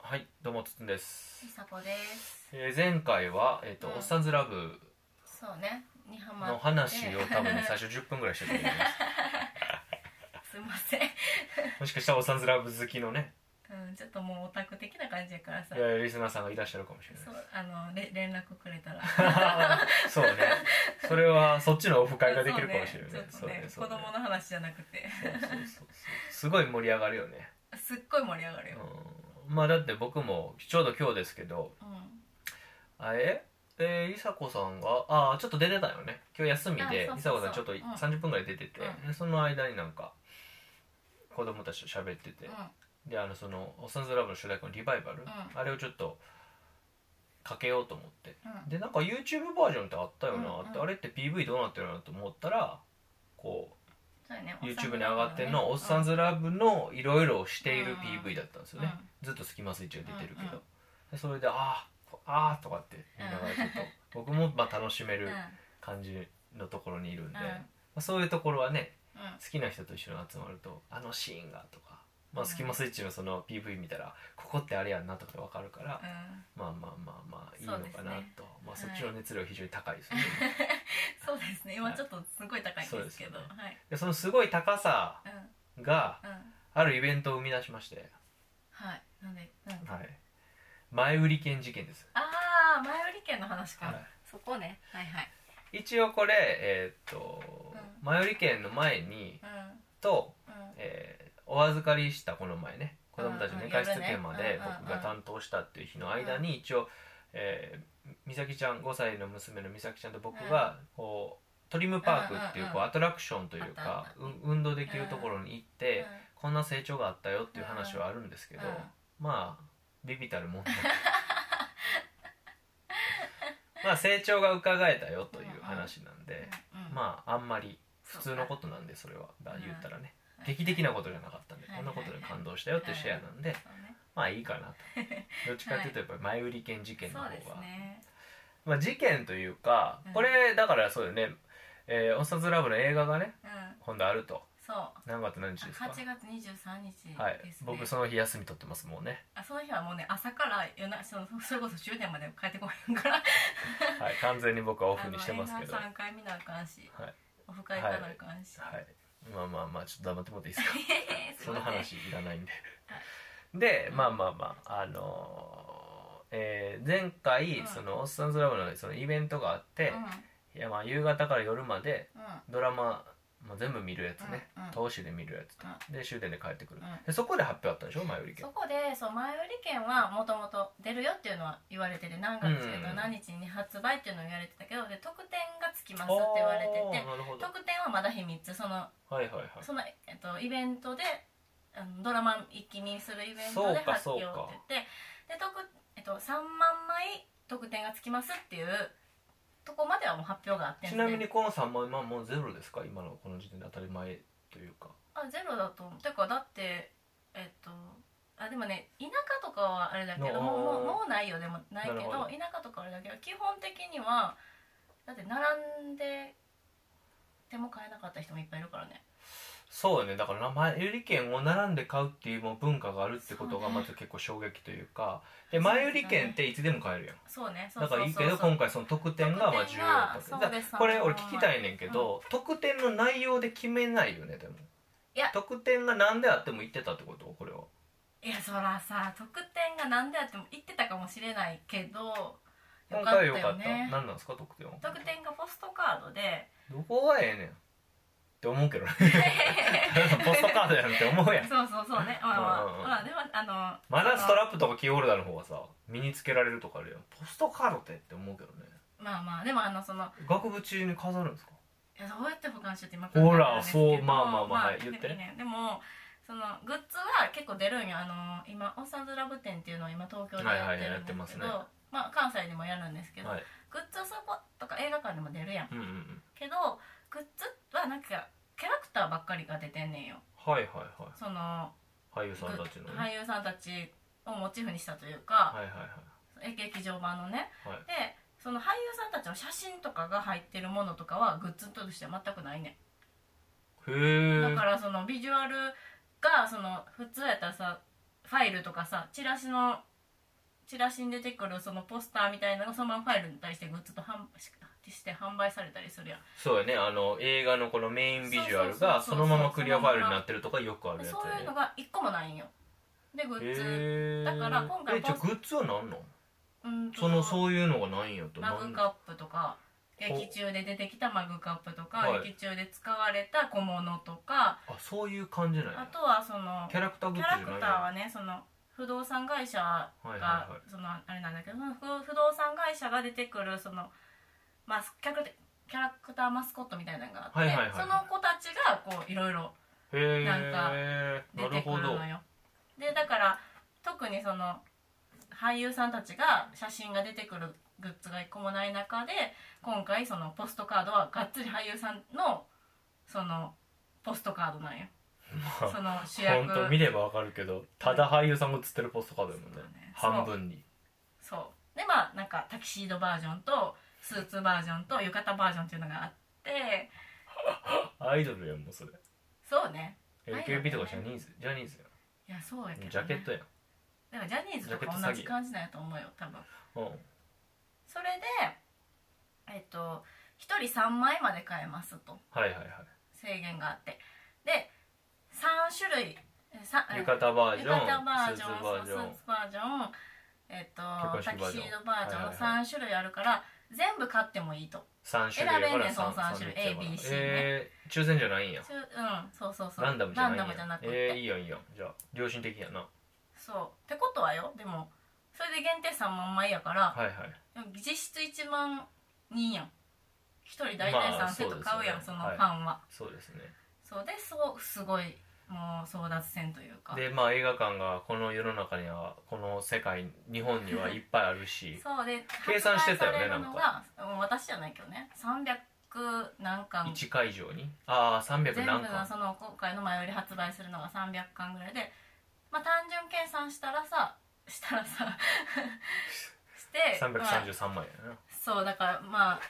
はい、どうもつつんです。りさぽですえー前回はえっ、と、うんおっさんずラブそうねにハマっての話を多分ね最初初10分ぐらいしてた と思いますいません、す。もしかしたらおっさんずラブ好きのね、うん、ちょっともうオタク的な感じやからさいやリスナーさんがいらっしゃるかもしれそなういあのれ連絡くれたらです。 そうね。それはそっちのオフ会ができるかもしれない。そうねちょそうっとね子供の話じゃなくてそうねそうそうそうすごい盛り上がるよね。すっごい盛り上がるよ、うん。まあだって僕もちょうど今日ですけど、うんあええー、いさこさんがあーちょっと出てたよね今日休みであいそさうこそうそさんうちょっとうん30分ぐらい出てて、うんでその間になんか子供たちと喋っててうん、であのその「おっさんずラブ」の主題歌のリバイバル、んあれをちょっとかけようと思ってうんでなんか YouTube バージョンってあったよなって、うんうんあれって PV どうなってるのと思ったらこそうやねう YouTube に上がってんの「おっさんずずラブ」のいろいろしているうん PV だったんですよね、うんずっとスキマスイッチが出てるけど、うんうんでそれで「あーあー」とかって言いながらちょっと僕もまあ楽しめうんるうん感じのところにいるんで、うんまあ、そういうところはねうん好きな人と一緒に集まると「あのシーンが」とか「まあ、スキマスイッチ」のその PV 見たら「ここってあれやんな」とか分かるから、うんまあまあまあまあいいのかなそうですと、まあ、はいそっちの熱量非常に高いですね、そうですね今ちょっとすごい高いんですけどそうではいでそのすごい高さうんがうんあるイベントを生み出しまして、はいなんでなんかはい、前売り券事件ですああ前売り券の話か、はいそこねはいはい一応これえーっと、うん前売り券の前にうんと、うんえーお預かりしたこの前ね子供たちのうん寝かしつけまで夜ねうん僕が担当したっていう日の間に一応、えー美咲ちゃん5歳の娘の美咲ちゃんと僕がこうトリムパークっていううんうんうんこうアトラクションというあっかたあったう運動できるところに行ってうんこんな成長があったよっていう話はあるんですけどうんうんまあビビたるもんだ まあ成長が伺えたよという話なんで。うんまああんまり普通のことなんでそれはだ言ったらね劇的なことじゃなかったんではいこんなことで感動したよっていうシェアなんでそうねまあいいか なとどっちかっていうとやっぱり前売り券事件のそ方うですがねまあ事件というかうんこれだからそうよねえーおっさずラブ」の映画がねうん今度あるとそう何月何日ですか8月23日はいですね僕その日休み取ってますもうねあその日はもうね朝から夜なそのそれこそ10年まで帰ってこへんからはい完全に僕はオフにしてますけどあの映は画3回見なあかんしいオフ会行かなあかんし、はいまあまあまあちょっと黙ってもらっていいですか すいそのません話いらないんででまあまあまああのーえー前回、うんそのオッサンズラブのそのイベントがあって、いやまあ夕方から夜までうんうんドラマ、まあ、全部見るやつね、うんうん投資で見るやつと、で終電で帰ってくる、うんでそこで発表あったでしょ前売り券そこでそう前売り券はもともと出るよっていうのは言われてて何月けどうん何日に発売っていうのを言われてたけどで特典がつきますって言われておーてなるほどは特典はまだ秘密そのいはいはいその、えっと、イベントであのドラマ一気見するイベントで発表って言ってで特、えっと、3万枚特典がつきますっていうとこまではもう発表があってんちでなみにこの3万円はもうゼロですか今のこの時点で当たり前というかあゼロだと思うてかだってえっとあでもね田舎とかはあれだけどのもうもうもうないよでもないけなるどほど田舎とかはあれだけど基本的にはだって並んで手も買えなかった人もいっぱいいるからねそうよねだからな前売り券を並んで買うっていうもう文化があるってことがそうねまず結構衝撃というかで前売り券っていつでも買えるやんそうねそうだそかうらそういいそうけど今回その特典がまあ重要だった特典だかがそうらですこれ俺聞きたいねんけど特典の内容で決めないよねでもいや特典が何であっても言ってたってことこれはいやそらさ特典が何であっても言ってたかもしれないけど今回はよよかかっったたよね何なんですか特典は特典がポストカー ドでどこがええねんって思う けどねポストカードやんって思うやんそうそうそうねまあまあうんうんうんまあでもあのまだストラップとかキーホルダーの方がさ身につけられるとかあるやんポストカードってって思うけどねまあまあでもあのその学部中に飾るんですかいやどうやって保管しようって今ほら考えたんですけどそうまあまあまあはいで言ってねでもそのグッズは結構出るんよあの今オサズラブ店っていうのを今東京でやはいってるんですけど、はいやってますねまあ関西でもやるんですけど、はいグッズはそことか映画館でも出るやんうんうんうんけどグッズはなんかキャラクターばっかりが出てんねんよはいはいはそのい俳優さんたちのグねッはい俳優さんたちをモチーフにしたというか、はいはいえ劇場版のねはいでその俳優さんたちの写真とかが入ってるものとかはグッズとしては全くないねんへえだからそのビジュアルがその普通やったらさファイルとかさチラシのチラシに出てくるそのポスターみたいなのがそのままファイルに対してグッズと販しして販売されたりするやんそうやねあの映画のこのメインビジュアルがそそうそうそうそうのままクリアファイルになってるとかよくあるやつそういうやのねが一個もないんよでグッズ、へえだから今回えじゃあポスグッズは何なんうんとそのそういうのがないんやとマなんグカップとか劇中で出てきたマグカップとか、はい劇中で使われた小物とかあそういう感じなんあやとはそのキャラクターグキッャラズじゃないクんターやはねその不動産会社が、はいはいはいそのあれなんだけどその不不動産会社が出てくるそのマスキャラクターキャラクターマスコットみたいなのがあって、はいはいはいはいその子たちがこういろいろへえ出なてるくるほどのよでだから特にその俳優さんたちが写真が出てくるグッズが一個もない中で今回そのポストカードはがっつり俳優さんのそのポストカードなんよまあその主役本当見ればわかるけどただ俳優さんが写ってるポストカードやもんねそうだね半分にそうでまあなんかタキシードバージョンとスーツバージョンと浴衣バージョンっていうのがあってアイドルやんもうそれそうねアイドル AKB とかジャニーズジャニーズいやそうやけやど、ねん、ジャケットやんだからジャニーズとか同じ感じなんやと思うよ多分うんそれでえっと1人3枚まで買えますとはいはいは制限があってで3種類えさいえ浴衣バージョン浴衣バージスョンーツバージョそうンスーツバージョンえっと結婚式タキバージションードバージョンはいのはいはい3種類あるから、全部買ってもいいと三種類やから選べんねんその三三種類三やから A B C ねえー抽選じゃないんやつうんそうそうそうランダムじゃないんやランダムじゃなくて、えーいいやんいいやんじゃあ良心的やなそうってことはよでもそれで限定3万枚やから、はいはいでも実質1万人やん1人大体3セット買うやん、まあそそうですよねのはいファンは、そうですねそうでそうすごいもう争奪戦というかでまあ映画館がこの世の中にはこの世界日本にはいっぱいあるし そうで計算してたよね発売されるのがうん私じゃないけどね300何巻1会場にああ300全部の何巻その今回の前売り発売するのが300巻ぐらいでまあ単純計算したらさしたらさしてまあ333万やなそうだからまあ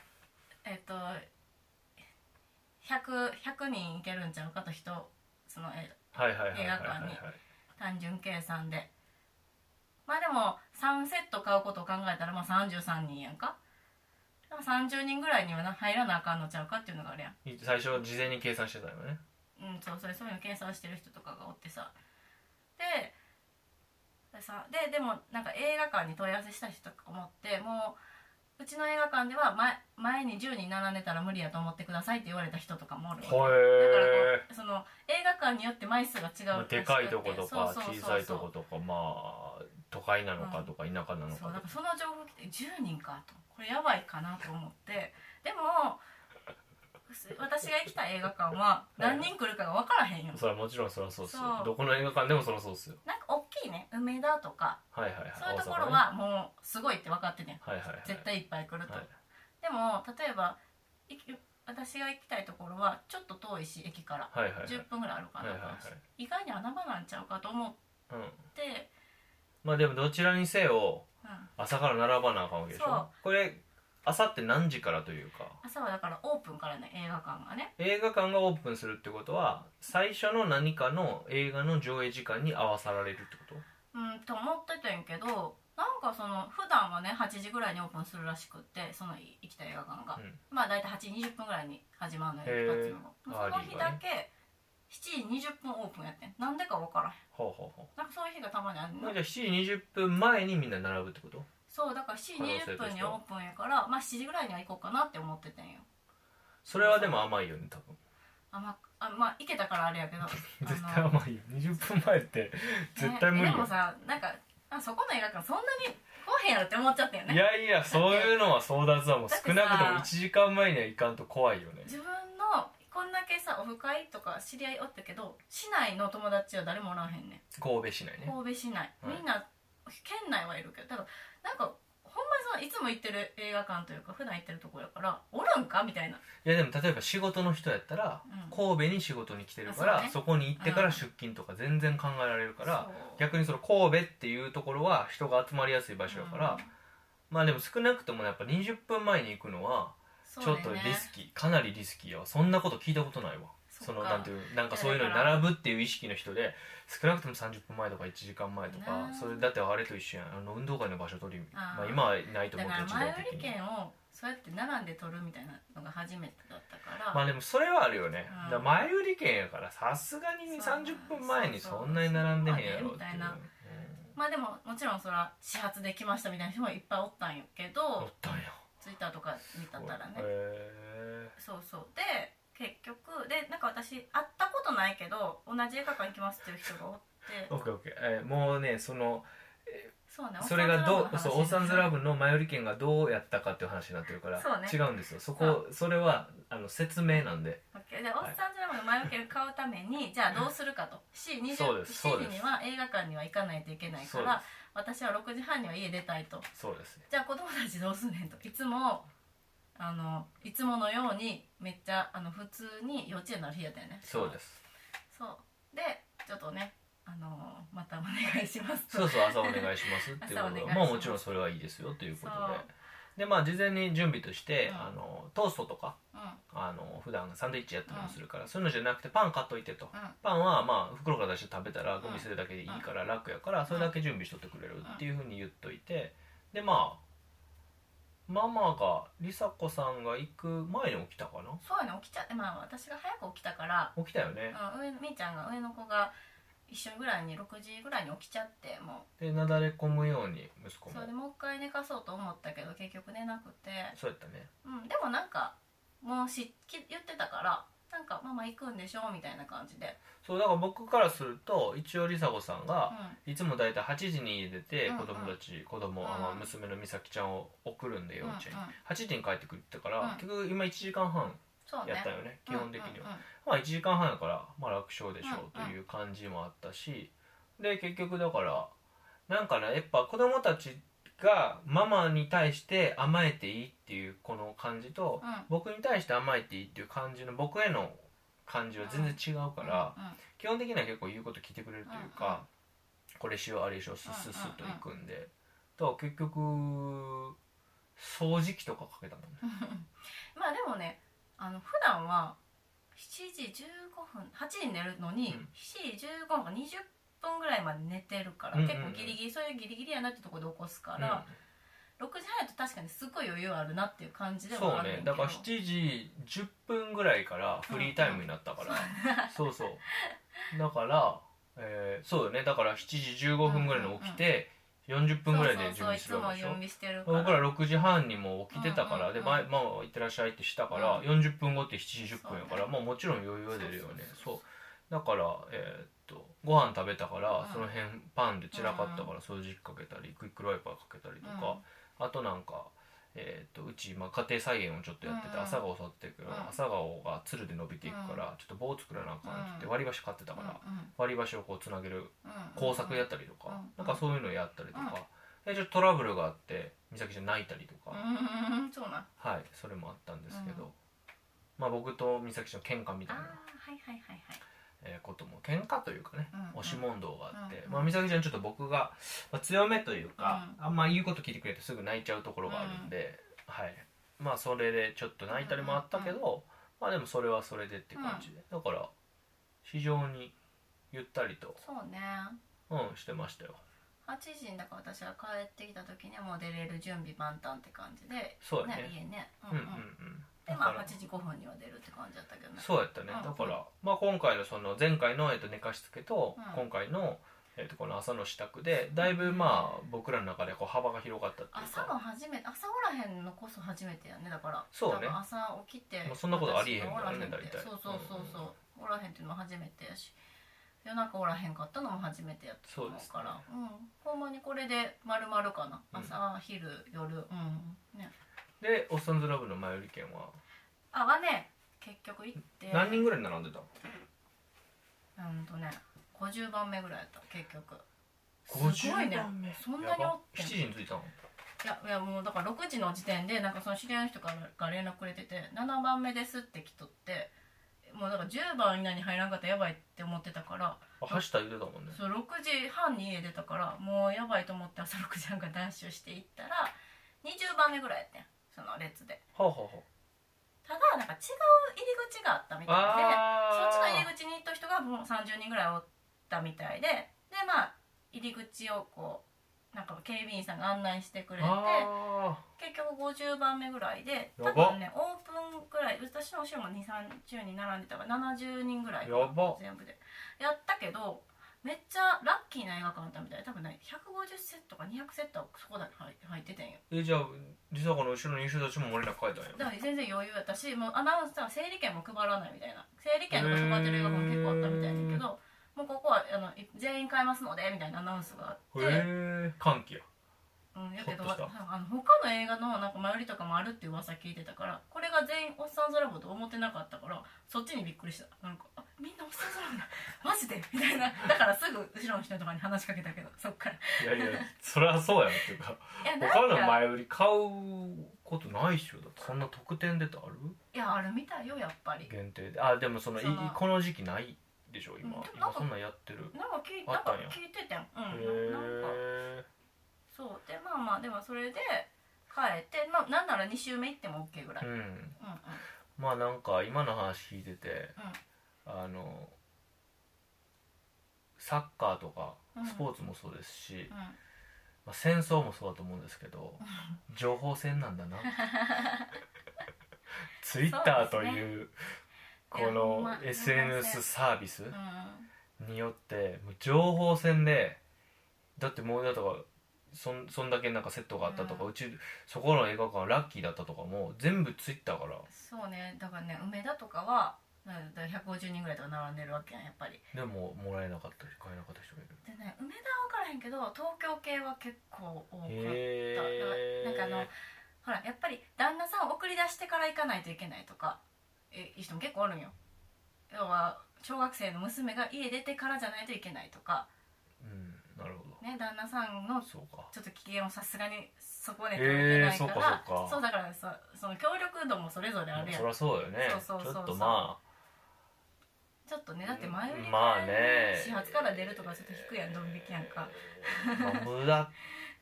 えっと 100, 100人いけるんちゃうかと人そのえはいはいはいはい映は画い館はにい単純計算でまあでも3セット買うことを考えたらまあ33人やんかでも30人ぐらいにはな入らなあかんのちゃうかっていうのがあるやん最初事前に計算してたよねうんそうそれそういうの計算してる人とかがおってさででさででもなんか映画館に問い合わせした人とか思ってもううちの映画館では前前に10人並んでたら無理やと思ってくださいって言われた人とかもおるわけはだからえこうその映画館によって枚数が違うらしくてでかいとことかそうそうそう小そうさいとことかまあ都会なのかとか田舎なのそうかなとんかかその情報来て10人かとこれやばいかなと思ってでも私が行きたい映画館は何人来るかが分からへんよそれはもちろんそれはそうっすそようどこの映画館でもそれはそうっすよなんか大きいね梅田とかはいはいはいそういうとこ大阪ろねはもうすごいって分かってねはいはいはい絶対いっぱい来ると、はいでも例えばい私が行きたいところはちょっと遠いし駅からはいはいはい10分ぐらいあるかな、はいはいはい意外に穴場なんちゃうかと思っうんて、まあでもどちらにせようん、朝から並ばなあかんわけでしそょうこれ朝って何時からというか朝はだからオープンからね映画館がね映画館がオープンするってことは最初の何かの映画の上映時間に合わさられるってことうんと思ってたんやけどなんかその普段はね8時ぐらいにオープンするらしくってそのい行きたい映画館が、うんまあ大体8時20分ぐらいに始まるのよへー一発目があーその日だけ7時20分オープンやってんなんでか分からへんほうほうほなんかそういう日がたまにあるうのまあじゃあ7時20分前にみんな並ぶってことそうだから7時20分にオープンやからまあ7時ぐらいには行こうかなって思っててんよそれはでも甘いよね多分あまあまあ行けたからあれや けど絶あ対の甘いよ20分前って絶対無理ねでもよさなんかあそこの映画館そんなに来へんやろって思っちゃったよいねやいやそういうのは争奪はもうだって少さなくとも1時間前には行かんと怖いよね自分のこんだけさオフ会とか知り合いおったけど市内の友達は誰もおらんへんね神戸市内んね神戸市内はいみんな県内はいるけどだからなんかほんまにそのいつも行ってる映画館というか普段行ってるとこやからおるんかみたいないやでも例えば仕事の人やったらうん神戸に仕事に来てるからあそうねそこに行ってかうらん出勤とか全然考えられるからそう逆にその神戸っていうところは人が集まりやすい場所やから、うんまあでも少なくともやっぱ20分前に行くのはちそょうっとだよリねスキー、かなりリスキーやわそんなこと聞いたことないわそのっかなんていうなんかそういうのに並ぶっていう意識の人で少なくとも30分前とか1時間前とかねそれだってあれと一緒やんあの運動会の場所取りあーまあ、今はないとだ思うかけらど時代前売り的に券をそうやって並んで取るみたいなのが初めてだったから、まあでもそれはあるよね、うんだから前売り券やからさすがにそう30分前にそんなに並んでへんやろっていうそうそうそうまあねまあでももちろんそら始発で来ましたみたいな人もいっぱいおったんやうけん、おどったんやツイッターとか見たったらねへえそうそうで結局でなんか私会ったことないけど同じ映画館行きますっていう人がおってオッケーオッケー、えーもうねそのそうねそれがどうそうオーサンズラブブの前売り券がどうやったかっていう話になってるからそうね違うんですよそこそれはあの説明なんでオッケーでオーサンズラブの前受けを買うためにじゃあどうするかと C20 そうですそう7です時には映画館には行かないといけないそかうら私は6時半には家出たいとですそうですじゃあ子供たちどうすんねんといつもあのいつものようにめっちゃあの普通に幼稚園の日やったよねそうですそうでちょっとねあのまたお願いしますとそうそう朝お願いしますっていう朝おこ願いとがしますまあもちろんそれはいいですよということそうででまあ事前に準備として、うんあのトーストとか うんあの普段サンドイッチやったりもするから、そういうのじゃなくてパン買っといてと、うんパンはまあ袋から出して食べたらゴミ捨てるだけでいいから楽やからそれだけ準備しとってくれるっていうふうに言っといてでまあママが梨紗子さんが行く前に起きたかなそうやね起きちゃってまあ私が早く起きたから、起きたよね、うん、上みーちゃんが上の子が一緒ぐらいに6時ぐらいに起きちゃってもでなだれ込むように息子もうそそれでうもう一回寝かそうと思ったけど結局寝なくて、やったねうん、でもなんかもうしき言ってたからなんかママ行くんでしょみたいな感じで、そうだから僕からすると一応梨紗子さんうがん、いつも大体8時に家出てうんうん子供たち、子供、あの娘の美咲ちゃんを送るんで幼稚園に、うんうん8時に帰ってくるってから、うん結局今1時間半そうねやったよね基本的には、うんうんうんまあ1時間半やから、まあ、楽勝でしょうという感じもあったし、で結局だからなんかねやっぱ子供たちがママに対して甘えていいっていうこの感じと、うん僕に対して甘えていいっていう感じの僕への感じは全然違うから、うんうん基本的には結構言うこと聞いてくれるというか、これしようあれしようスッスッスッといくんで、だから結局掃除機とかかけたもんねまあでもねあの普段は7時15分8時に寝るのに、うん7時15分か20分ぐらいまで寝てるから、うんうんうん結構ギリギリそれギリギリやなってとこで起こすから、6時半やと確かにすごい余裕あるなっていう感じでそはあうるんねけどだから7時10分ぐらいからフリータイムになったから、そうそうだから、えーそうよねだから7時15分ぐらいに起きて、40分ぐらいで準備するわそうそうそうけでいつしょも準備してるから僕ら6時半にもう起きてたから、うんうんうんで前ママは行ってらっしゃいってしたから、うん40分後って7時10分やから、そうねまあもちろん余裕は出るよねそうそうそうそうだからえーっとご飯食べたから、うんその辺パンで散らかったから掃除機かけたりクイックルワイパーかけたりとか、あとなんかえーっとうち今家庭菜園をちょっとやってて、うん朝顔を育てていくから、うん朝顔がつるで伸びていくから、ちょっと棒作らなあかんって言って割り箸買ってたから、割り箸をこうつなげるうんうんうん工作やったりとか、うんなんかそういうのやったりとか、でちょっとトラブルがあって美咲ちゃん泣いたりとか、うんうんうんそうなんはいそれもあったんですけど、うんまあ僕と美咲ちゃんの喧嘩みあたーいな、はいはいはいはいえーことも喧嘩というかね、うんうん押し問答があって、うんうんまあ、美咲ちゃんちょっと僕が、まあ、強めというか、あんま言うこと聞いてくれてすぐ泣いちゃうところがあるんで、はいまあそれでちょっと泣いたりもあったけど、まあでもそれはそれでって感じで、だから非常にゆったりと、そうねうん、してましたよ8時にだから私は帰ってきた時にはもう出れる準備万端って感じでそうやねね家ねうんうんうんでだまかあら8時5分には出るって感じだったけどねそうやったね、うんだから、まあ、今回のその前回の、えっと、寝かしつけと、うん今回の、えっと、この朝の支度でだいぶまあ僕らの中でこう幅が広がったっていう朝かの初めて朝おらへんのこそ初めてやねだからそうね多分朝起きてまあそんなことありえへんかおららねへんって大体そうそうそうそうおらへんっていうのは初めてやし夜中おらへんかったのも初めてやったと思うからう、ん、ほんまにこれで丸々かなうん朝、昼夜うんねで「おっさんずラブ」の前売り券はあはね結局行って何人ぐらい並んでたの、うんとね50番目ぐらいやった結局す50ごいね番目そんなにおってやば7ん時に着いたのいやいやもうだから6時の時点でなんかその知り合いの人からが連絡くれてて7番目ですって来とってもうだから10番以内に入らんかったらやばいって思ってたからあ走った言ってたもんねそう6時半に家出たからもうやばいと思って朝6時半からダッシュしていったら20番目ぐらいやってんその列ではあはあはただなんか違う入り口があったみたいでそっちの入り口に行った人がもう30人ぐらいおったみたいででまあ入り口をこうなんか警備員さんが案内してくれてあ結局50番目ぐらいでやば多分ねオープンぐらい私の後ろも2 3 0人並んでたから70人ぐらいやば全部でやったけどめっちゃラッキーな映画館だったみたい多分ね150セットか200セットはそこだけ入入っててんよーえじゃあ梨紗子の後ろの人たちも俺ら書いたんやだから全然余裕やったしもうアナウンサーは整理券も配らないみたいな整理券とか配ってる映画館結構あったみたいだけどもうここはあのい全員買いますのでみたいなアナウンスがあって、へえ歓喜やうん、やけどほっとしあの他の映画のなんか前売りとかもあるって噂聞いてたからこれが全員おっさん空棒と思ってなかったからそっちにびっくりしたなんかあみんなおっさん空棒だ マジでみたいなだからすぐ後ろの人とかに話しかけたけどそっからいいやいやそりゃそうやろっていうかやなん他のか前売り 買うことないっしょだってそんな特典出てあるいやあるみたいよやっぱり限定であでもそのいそのこの時期ないでしょう今んでもなん今かそんなんやってるなんか聞いあなんったかんや聞いててんへうんなんかえそうでまあまあでもそれで帰って、まあ、なんなら2週目行っても OK ぐらい、ううんんうん、まあなんか今の話聞いててあのサッカーとかうんスポーツもそうですし、うんうんまあ、戦争もそうだと思うんですけど情報戦なんだ なツイッターというそうですねこいやほんのま SNS サービスうによってもう情報戦でだってもうだとかそんそんだけなんかセットがあったとか、ううちそこの映画館ラッキーだったとかも全部ツイッターからんそうねだからね梅田とかはだだ150人ぐらいとか並んでるわけやんやっぱりでももらえなかったり買えなかった人もいるでね梅田は分からへんけど東京系は結構多かった、へだからなんかほらやっぱり旦那さんを送り出してから行かないといけないとかえいう人も結構おるんよ要は小学生の娘が家出てからじゃないといけないとかうんなるほね旦那さんのどそうかちょっと機嫌をさすがにそこで取れへなえいそか、うからそうかそうだからさその協力度もそれぞれあるやんそりゃそうよねそうそうそうそうちょっとまあちょっとねだって前売りまあね始発から出るとかちょっと低いやんドン引きやんか、まあ無駄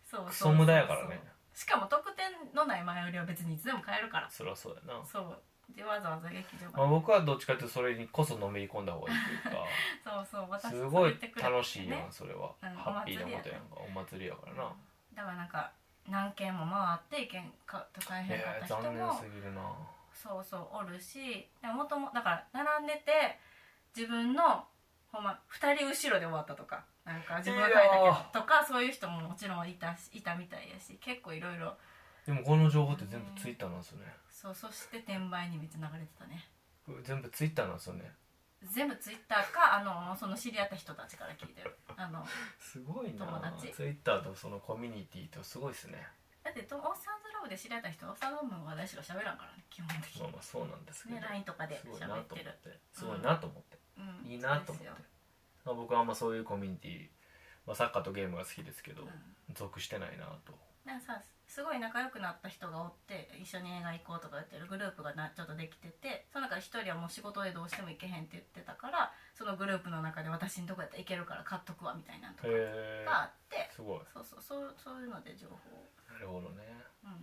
そうそうクソ無駄やからねしかも特典のない前売りは別にいつでも買えるからそりゃそうやな、そうでわざわざ劇場まあ、まで僕はどっちかっていうとそれにこそのめり込んだ方がいいというかそうそう私すごい連れてくれてね楽しいやんそれは、うんハッピーなことやんかお祭りやからな、だからなんか何軒も回って意見かと大いや変かった人残念もすぎるなそうそうおるしでもともだから並んでて自分のほんま2人後ろで終わったとかなんか自分が書いたいけやどーとかそういう人ももちろんいたしいたみたいやし結構いろいろでもこの情報って全部ツイッターなんですよねそうそして転売にめっちゃ流れてたね全部ツイッターなんですよね全部ツイッターかあのその知り合った人たちから聞いてるあのすごい友達ツイッターとそのコミュニティとすごいですねだってとオッサンズラブで知り合った人はオッサンズラブの話しか喋らんからね基本的まあまあそうなんですけにど、ね LINE とかですごいな喋っとて思っるてすごいなと思って、うんいいなと思ってそうですよ、まあ、僕はあんまそういうコミュニティ、まあ、サッカーとゲームが好きですけど、うん属してないなとなんかさすごい仲良くなった人がおって一緒に映画行こうとか言ってるグループがなちょっとできててその中で一人はもう仕事でどうしても行けへんって言ってたからそのグループの中で私のとこやったら行けるから買っとくわみたいなのとかへがあっえてすごいそうそうそうそういうので情報をなるほどねうんうん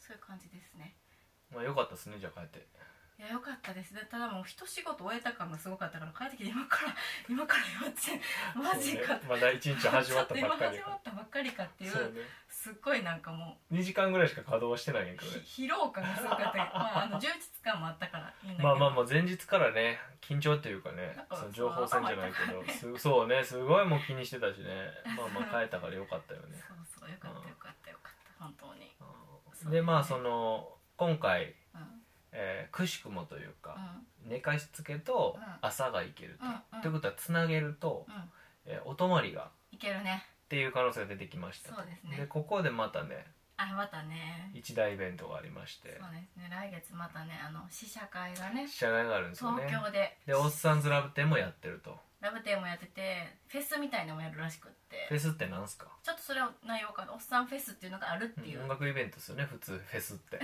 そういう感じですねまあよかったですねじゃあ帰っていや良かったですねただもう一仕事終えた感がすごかったから帰ってきて今から 今から幼稚園マ ジそうかねまだ一日始まったちょばっかと今り始やまったばっかりかっていうそうねすっごいなんかもう2時間ぐらいしか稼働してないんやけどねひ疲労感がすご かったけど、まあ、あの充実感もあったからいいんだけどまあまあまあ前日からね緊張というかねなんかその情報戦じゃないけどす そうねすごいもう気にしてたしねまあまあ帰ったからよかったよねそうそうよかったよかったよかった本当にうんでまあその今回、うんえーくしくもといううか、ん寝かしつけとうん朝がいけると、うんうんということはつなげると、うんえーお泊まりがいけるねっていう可能性が出てきましたそうですねでここでまたねあまたね一大イベントがありましてそうですね来月またねあの試写会がね試写会があるんですよ東ね京ででおっさんずラブ展もやってるとラブテーもやっててフェスみたいのもやるらしくっフェてスってなんすかちょっとそれは内容かおっさんフェスっていうのがあるっていう、音楽イベントですよね普通フェスって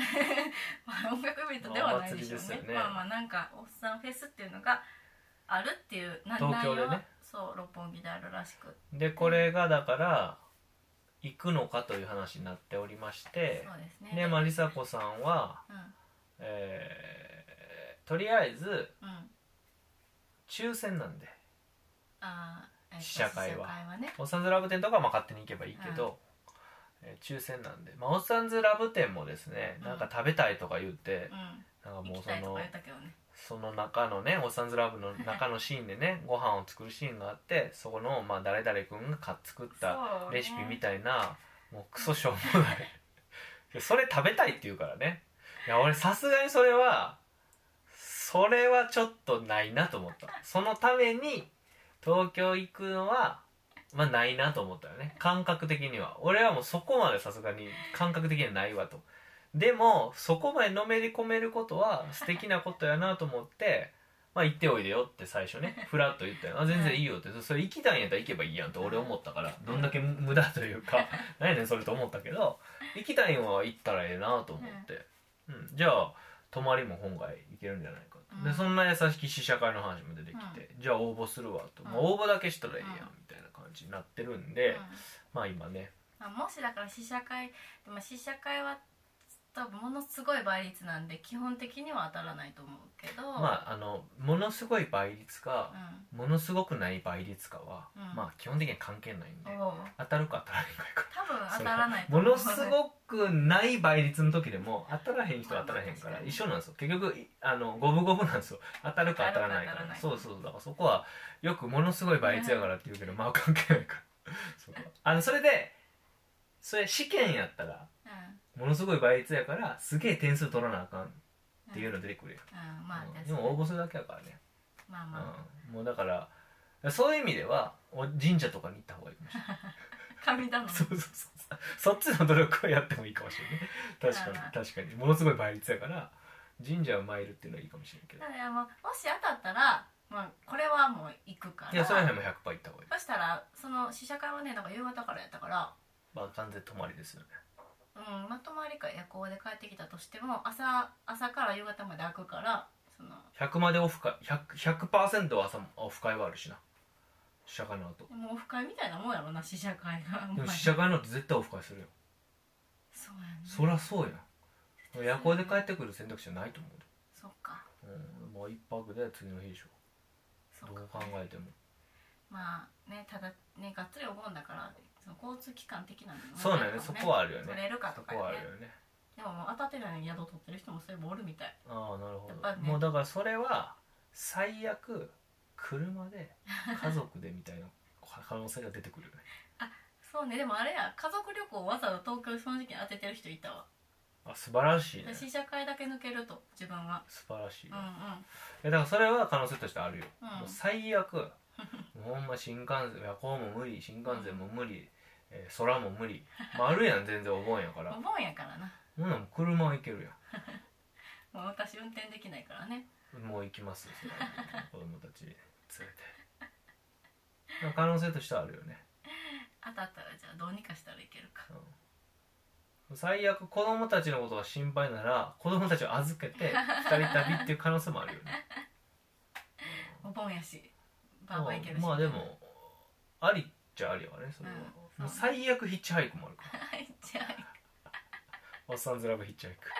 まあ、音楽イベントではないでまあお祭りしょですうよねねまあまあなんかおっさんフェスっていうのがあるっていうな東京でね内容はそう六本木であるらしくってでこれがだから行くのかという話になっておりましてそうですねでまあ梨紗子さんはうんえーとりあえずうん抽選なんであーえっと試写会は試ね「おっさんずラブ展」とかはまあ勝手に行けばいいけど、えー抽選なんで「まあ、おっさんずラブ展」もですねなんか食べたいとか言って、なんかうもん行うきそたいとのか言ったけどねその中のね「おっさんずラブ」の中のシーンでねご飯を作るシーンがあってそこのまあ誰々君がか作ったそうねレシピみたいなもうクソしょうもないでそれ食べたいって 言うからねいや俺さすがにそれはそれはちょっとないなと思ったそのために東京行くのはまあないなと思ったよね感覚的には俺はもうそこまでさすがに感覚的にはないわとでもそこまでのめり込めることは素敵なことやなと思ってまあ行っておいでよって最初ねフラッと言ったよあ全然いいよってそれ行きたいんやったら行けばいいやんって俺思ったからどんだけ無駄という か何やねんそれと思ったけど行きたいんは行ったらええなと思って、うん、じゃあ泊まりも今回行けるんじゃないかと、うでんそんな優しき試写会の話も出てきて、じゃあ応募するわと、まあ、うん応募だけしたらいいやんうんみたいな感じになってるんで、うんまあ今ねまあ、もしだから試写会でも試写会は多分ものすごい倍率なんで基本的には当たらないと思うけどまああのものすごい倍率か、うものすごくない倍率かは、うんまあ基本的には関係ないんでん、おう当たるか当たらへんかやから多分当たらないものすいごくない倍率の時で も当たらへん人は当たらへんかまあまあ確からに一緒なんですよ結局いあの五分五分なんですよ当たるか当たらないか当たらるか当たらないかそうそうだからそこはよくものすごい倍率やからって言うけどまあ関係ないから そこはあのそれでそれ試験やったらうものすごい倍率やからすげえ点数取らなあかんっんていうの出てくるやん、うんまあうん確でかにも応募するだけやからね、まあうんまあもうだからそういう意味ではお神社とかに行った方がいいかもしれない神頼み そうそうそうそっちの努力はやってもいいかもしれない確あかに確かにものすごい倍率やから神社を参るっていうのはいいかもしれないけどだからもうもし当たったら、まあ、これはもう行くからいやそれはもう100%行った方がいい、そしたらその試写会はねなんか夕方からやったからまあ、完全泊まりですよねうん、まとまりか夜行で帰ってきたとしても朝朝から夕方まで開くからその100までオフ会 100%, 100朝もオフ会はあるしな試写会の後もうオフ会みたいなもんやろな試写会がでも試そ写う会の後絶対オフ会するよやねそりゃそうやん夜行で帰ってくる選択肢はないと思うそっかうん、もう一泊で次の日でしょそどっうか考えてもまあねただねがっつりお盆だからその交通機関的なのもそうだよねそこはあるよね取れるかとそかこねはあるよねでももう当たってないのに宿取ってる人もそういえばおるみたいああなるほやっど、ぱねもうだからそれは最悪車で家族でみたいな 可能性が出てくるよねそうねでもあれや家族旅行をわざわざ東京その時期に当ててる人いたわあ素晴らしいね素試写会だけ抜けると自分は晴らしい、うねんうんいやだからそれは可能性としてあるよ、うんもう最悪 もうほんま新幹線夜行も無理新幹線も無理、えー空も無理、まあ、あるやん全然お盆やからお盆やからなほんならもう車は行けるやんもう私運転できないからねもう行きますよそれは子供たち 連れてまあ可能性としてはあるよね当たったらじゃあどうにかしたらいけるかうん最悪子供たちのことが心配なら子供たちを預け て二人旅っていう可能性もあるよねお盆やしバーバーいけるしまあまあでもありっちゃありやわねそれは、うんもう最悪ヒッチハイクもある からはいじゃおっさんずラブヒッチハイク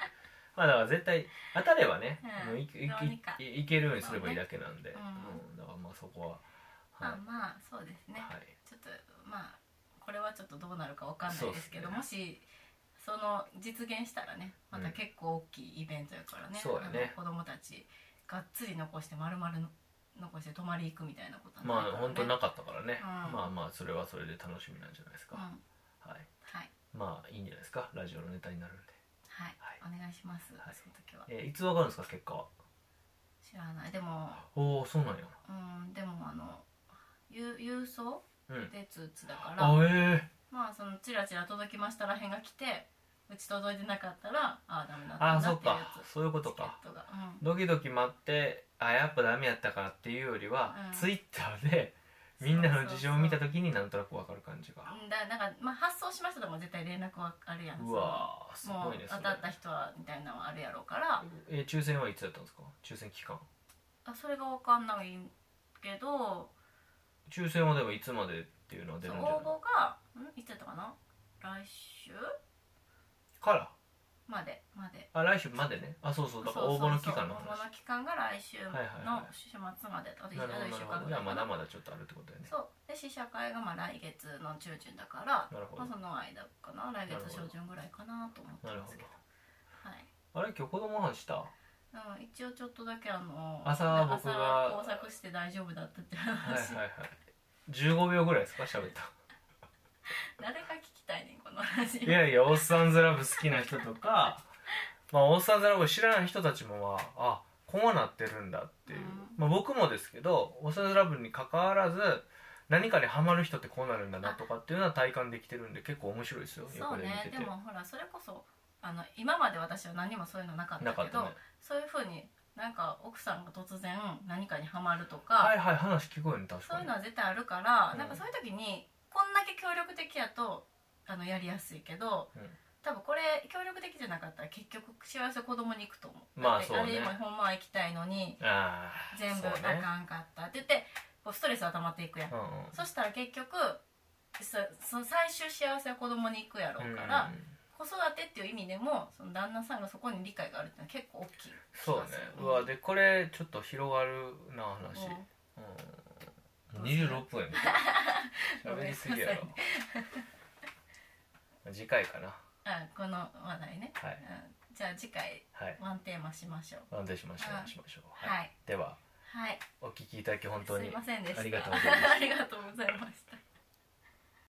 まあだから絶対当たればね、うんもういいいどうにかいいけるようにすればいいだけなんで、そうねうんだからまあそこはあ、はい、まあまあそうですね、はいちょっとまあこれはちょっとどうなるかわかんなそういでですすねけどもしその実現したらねまうたん結構大きいイベントやからね,、そうやねあの子供たちがっつり残して丸々の残して泊まり行くみたいなことはないまかあら本当なかったからね、うんまあまあそれはそれで楽しみなんじゃないですうか、んはいはいまあいいんじゃないですかラジオのネタになるんではい、お願いします、はいその時はえーいつわかるんですか結果は知らないでもおおそうなんやうんでもあの郵郵送うんで通知だから、あえまあそのチラチラ届きましたらへんが来てうち届いてなかったらああダメえだっあたあんだそっっていうやかつそういうことかチケットがうんドキドキ待ってあやっぱダメやったかっていうよりは、うんツイッターでみんなの事情を見た時になんとなくわかる感じがうんだなんか、まあ、発送しましたとも絶対連絡はあるやんうわーすそのもごういね当それたった人はみたいなのはあるやろうからえー抽選はいつだったんですか抽選期間あそれが分かんないけど抽選はでもいつまでっていうのは出そるんのじゃない応募がんいつやったかな来週からうまでまであ来週までねあそうそうだから応募の期間のそうそうそう応募の話期間が来週はいはいのはい週末までとあとなるほどなる1週ほ間どぐじゃらいあまかだなまだちょっとあるってことだよねそうで試写会がまあ来月の中旬だからなるほどまあ、その間かな来なる月ほど初旬ぐらいかなと思ってなるまほすどけどはいあれ今日子供の話したうん、一応ちょっとだけあの朝ね僕が朝工作して大丈夫だったってはいはい話、はい15秒ぐらいですか喋った誰が聞きたいねんこの話いやいや「オッサンズラブ」好きな人と かまあオッサンズラブを知らない人たちもまああこうなってるんだっていう、うんまあ、僕もですけどオッサンズラブに関わらず何かにハマる人ってこうなるんだなとかっていうのは体感できてるんで結構面白いですよそう横で見ねてて、でもほらそれこそあの今まで私は何もそういうのなかっなたかけったどねそういうふうになんか奥さんが突然何かにハマるとか、はいはい話聞こえるね確そうかいうにのは絶対あるから、うんなんかそういう時にこんだけ協力的やとあのやりやすいけど、うん多分これ協力的じゃなかったら結局幸せ子供に行くと思う,、まあだってそうねあれ今ほんまは行きたいのにああ全部そあうねかんかったって言ってこうストレスが溜まっていくやん、うんうんそしたら結局そその最終幸せは子供に行くやろうから、うん子育てっていう意味でもその旦那さんがそこに理解があるってのは結構大きいそうねうわでこれちょっと広がるな話ううんん26分や ねご喋めんりなすさいぎやろ次回かなあこの話題ね、はいうんじゃあ次回はいワンテーマしましょう安定しましょはういしましょうはい、でははいお聞きいただき本当すいにませんでした ありがとうございまありがとうございました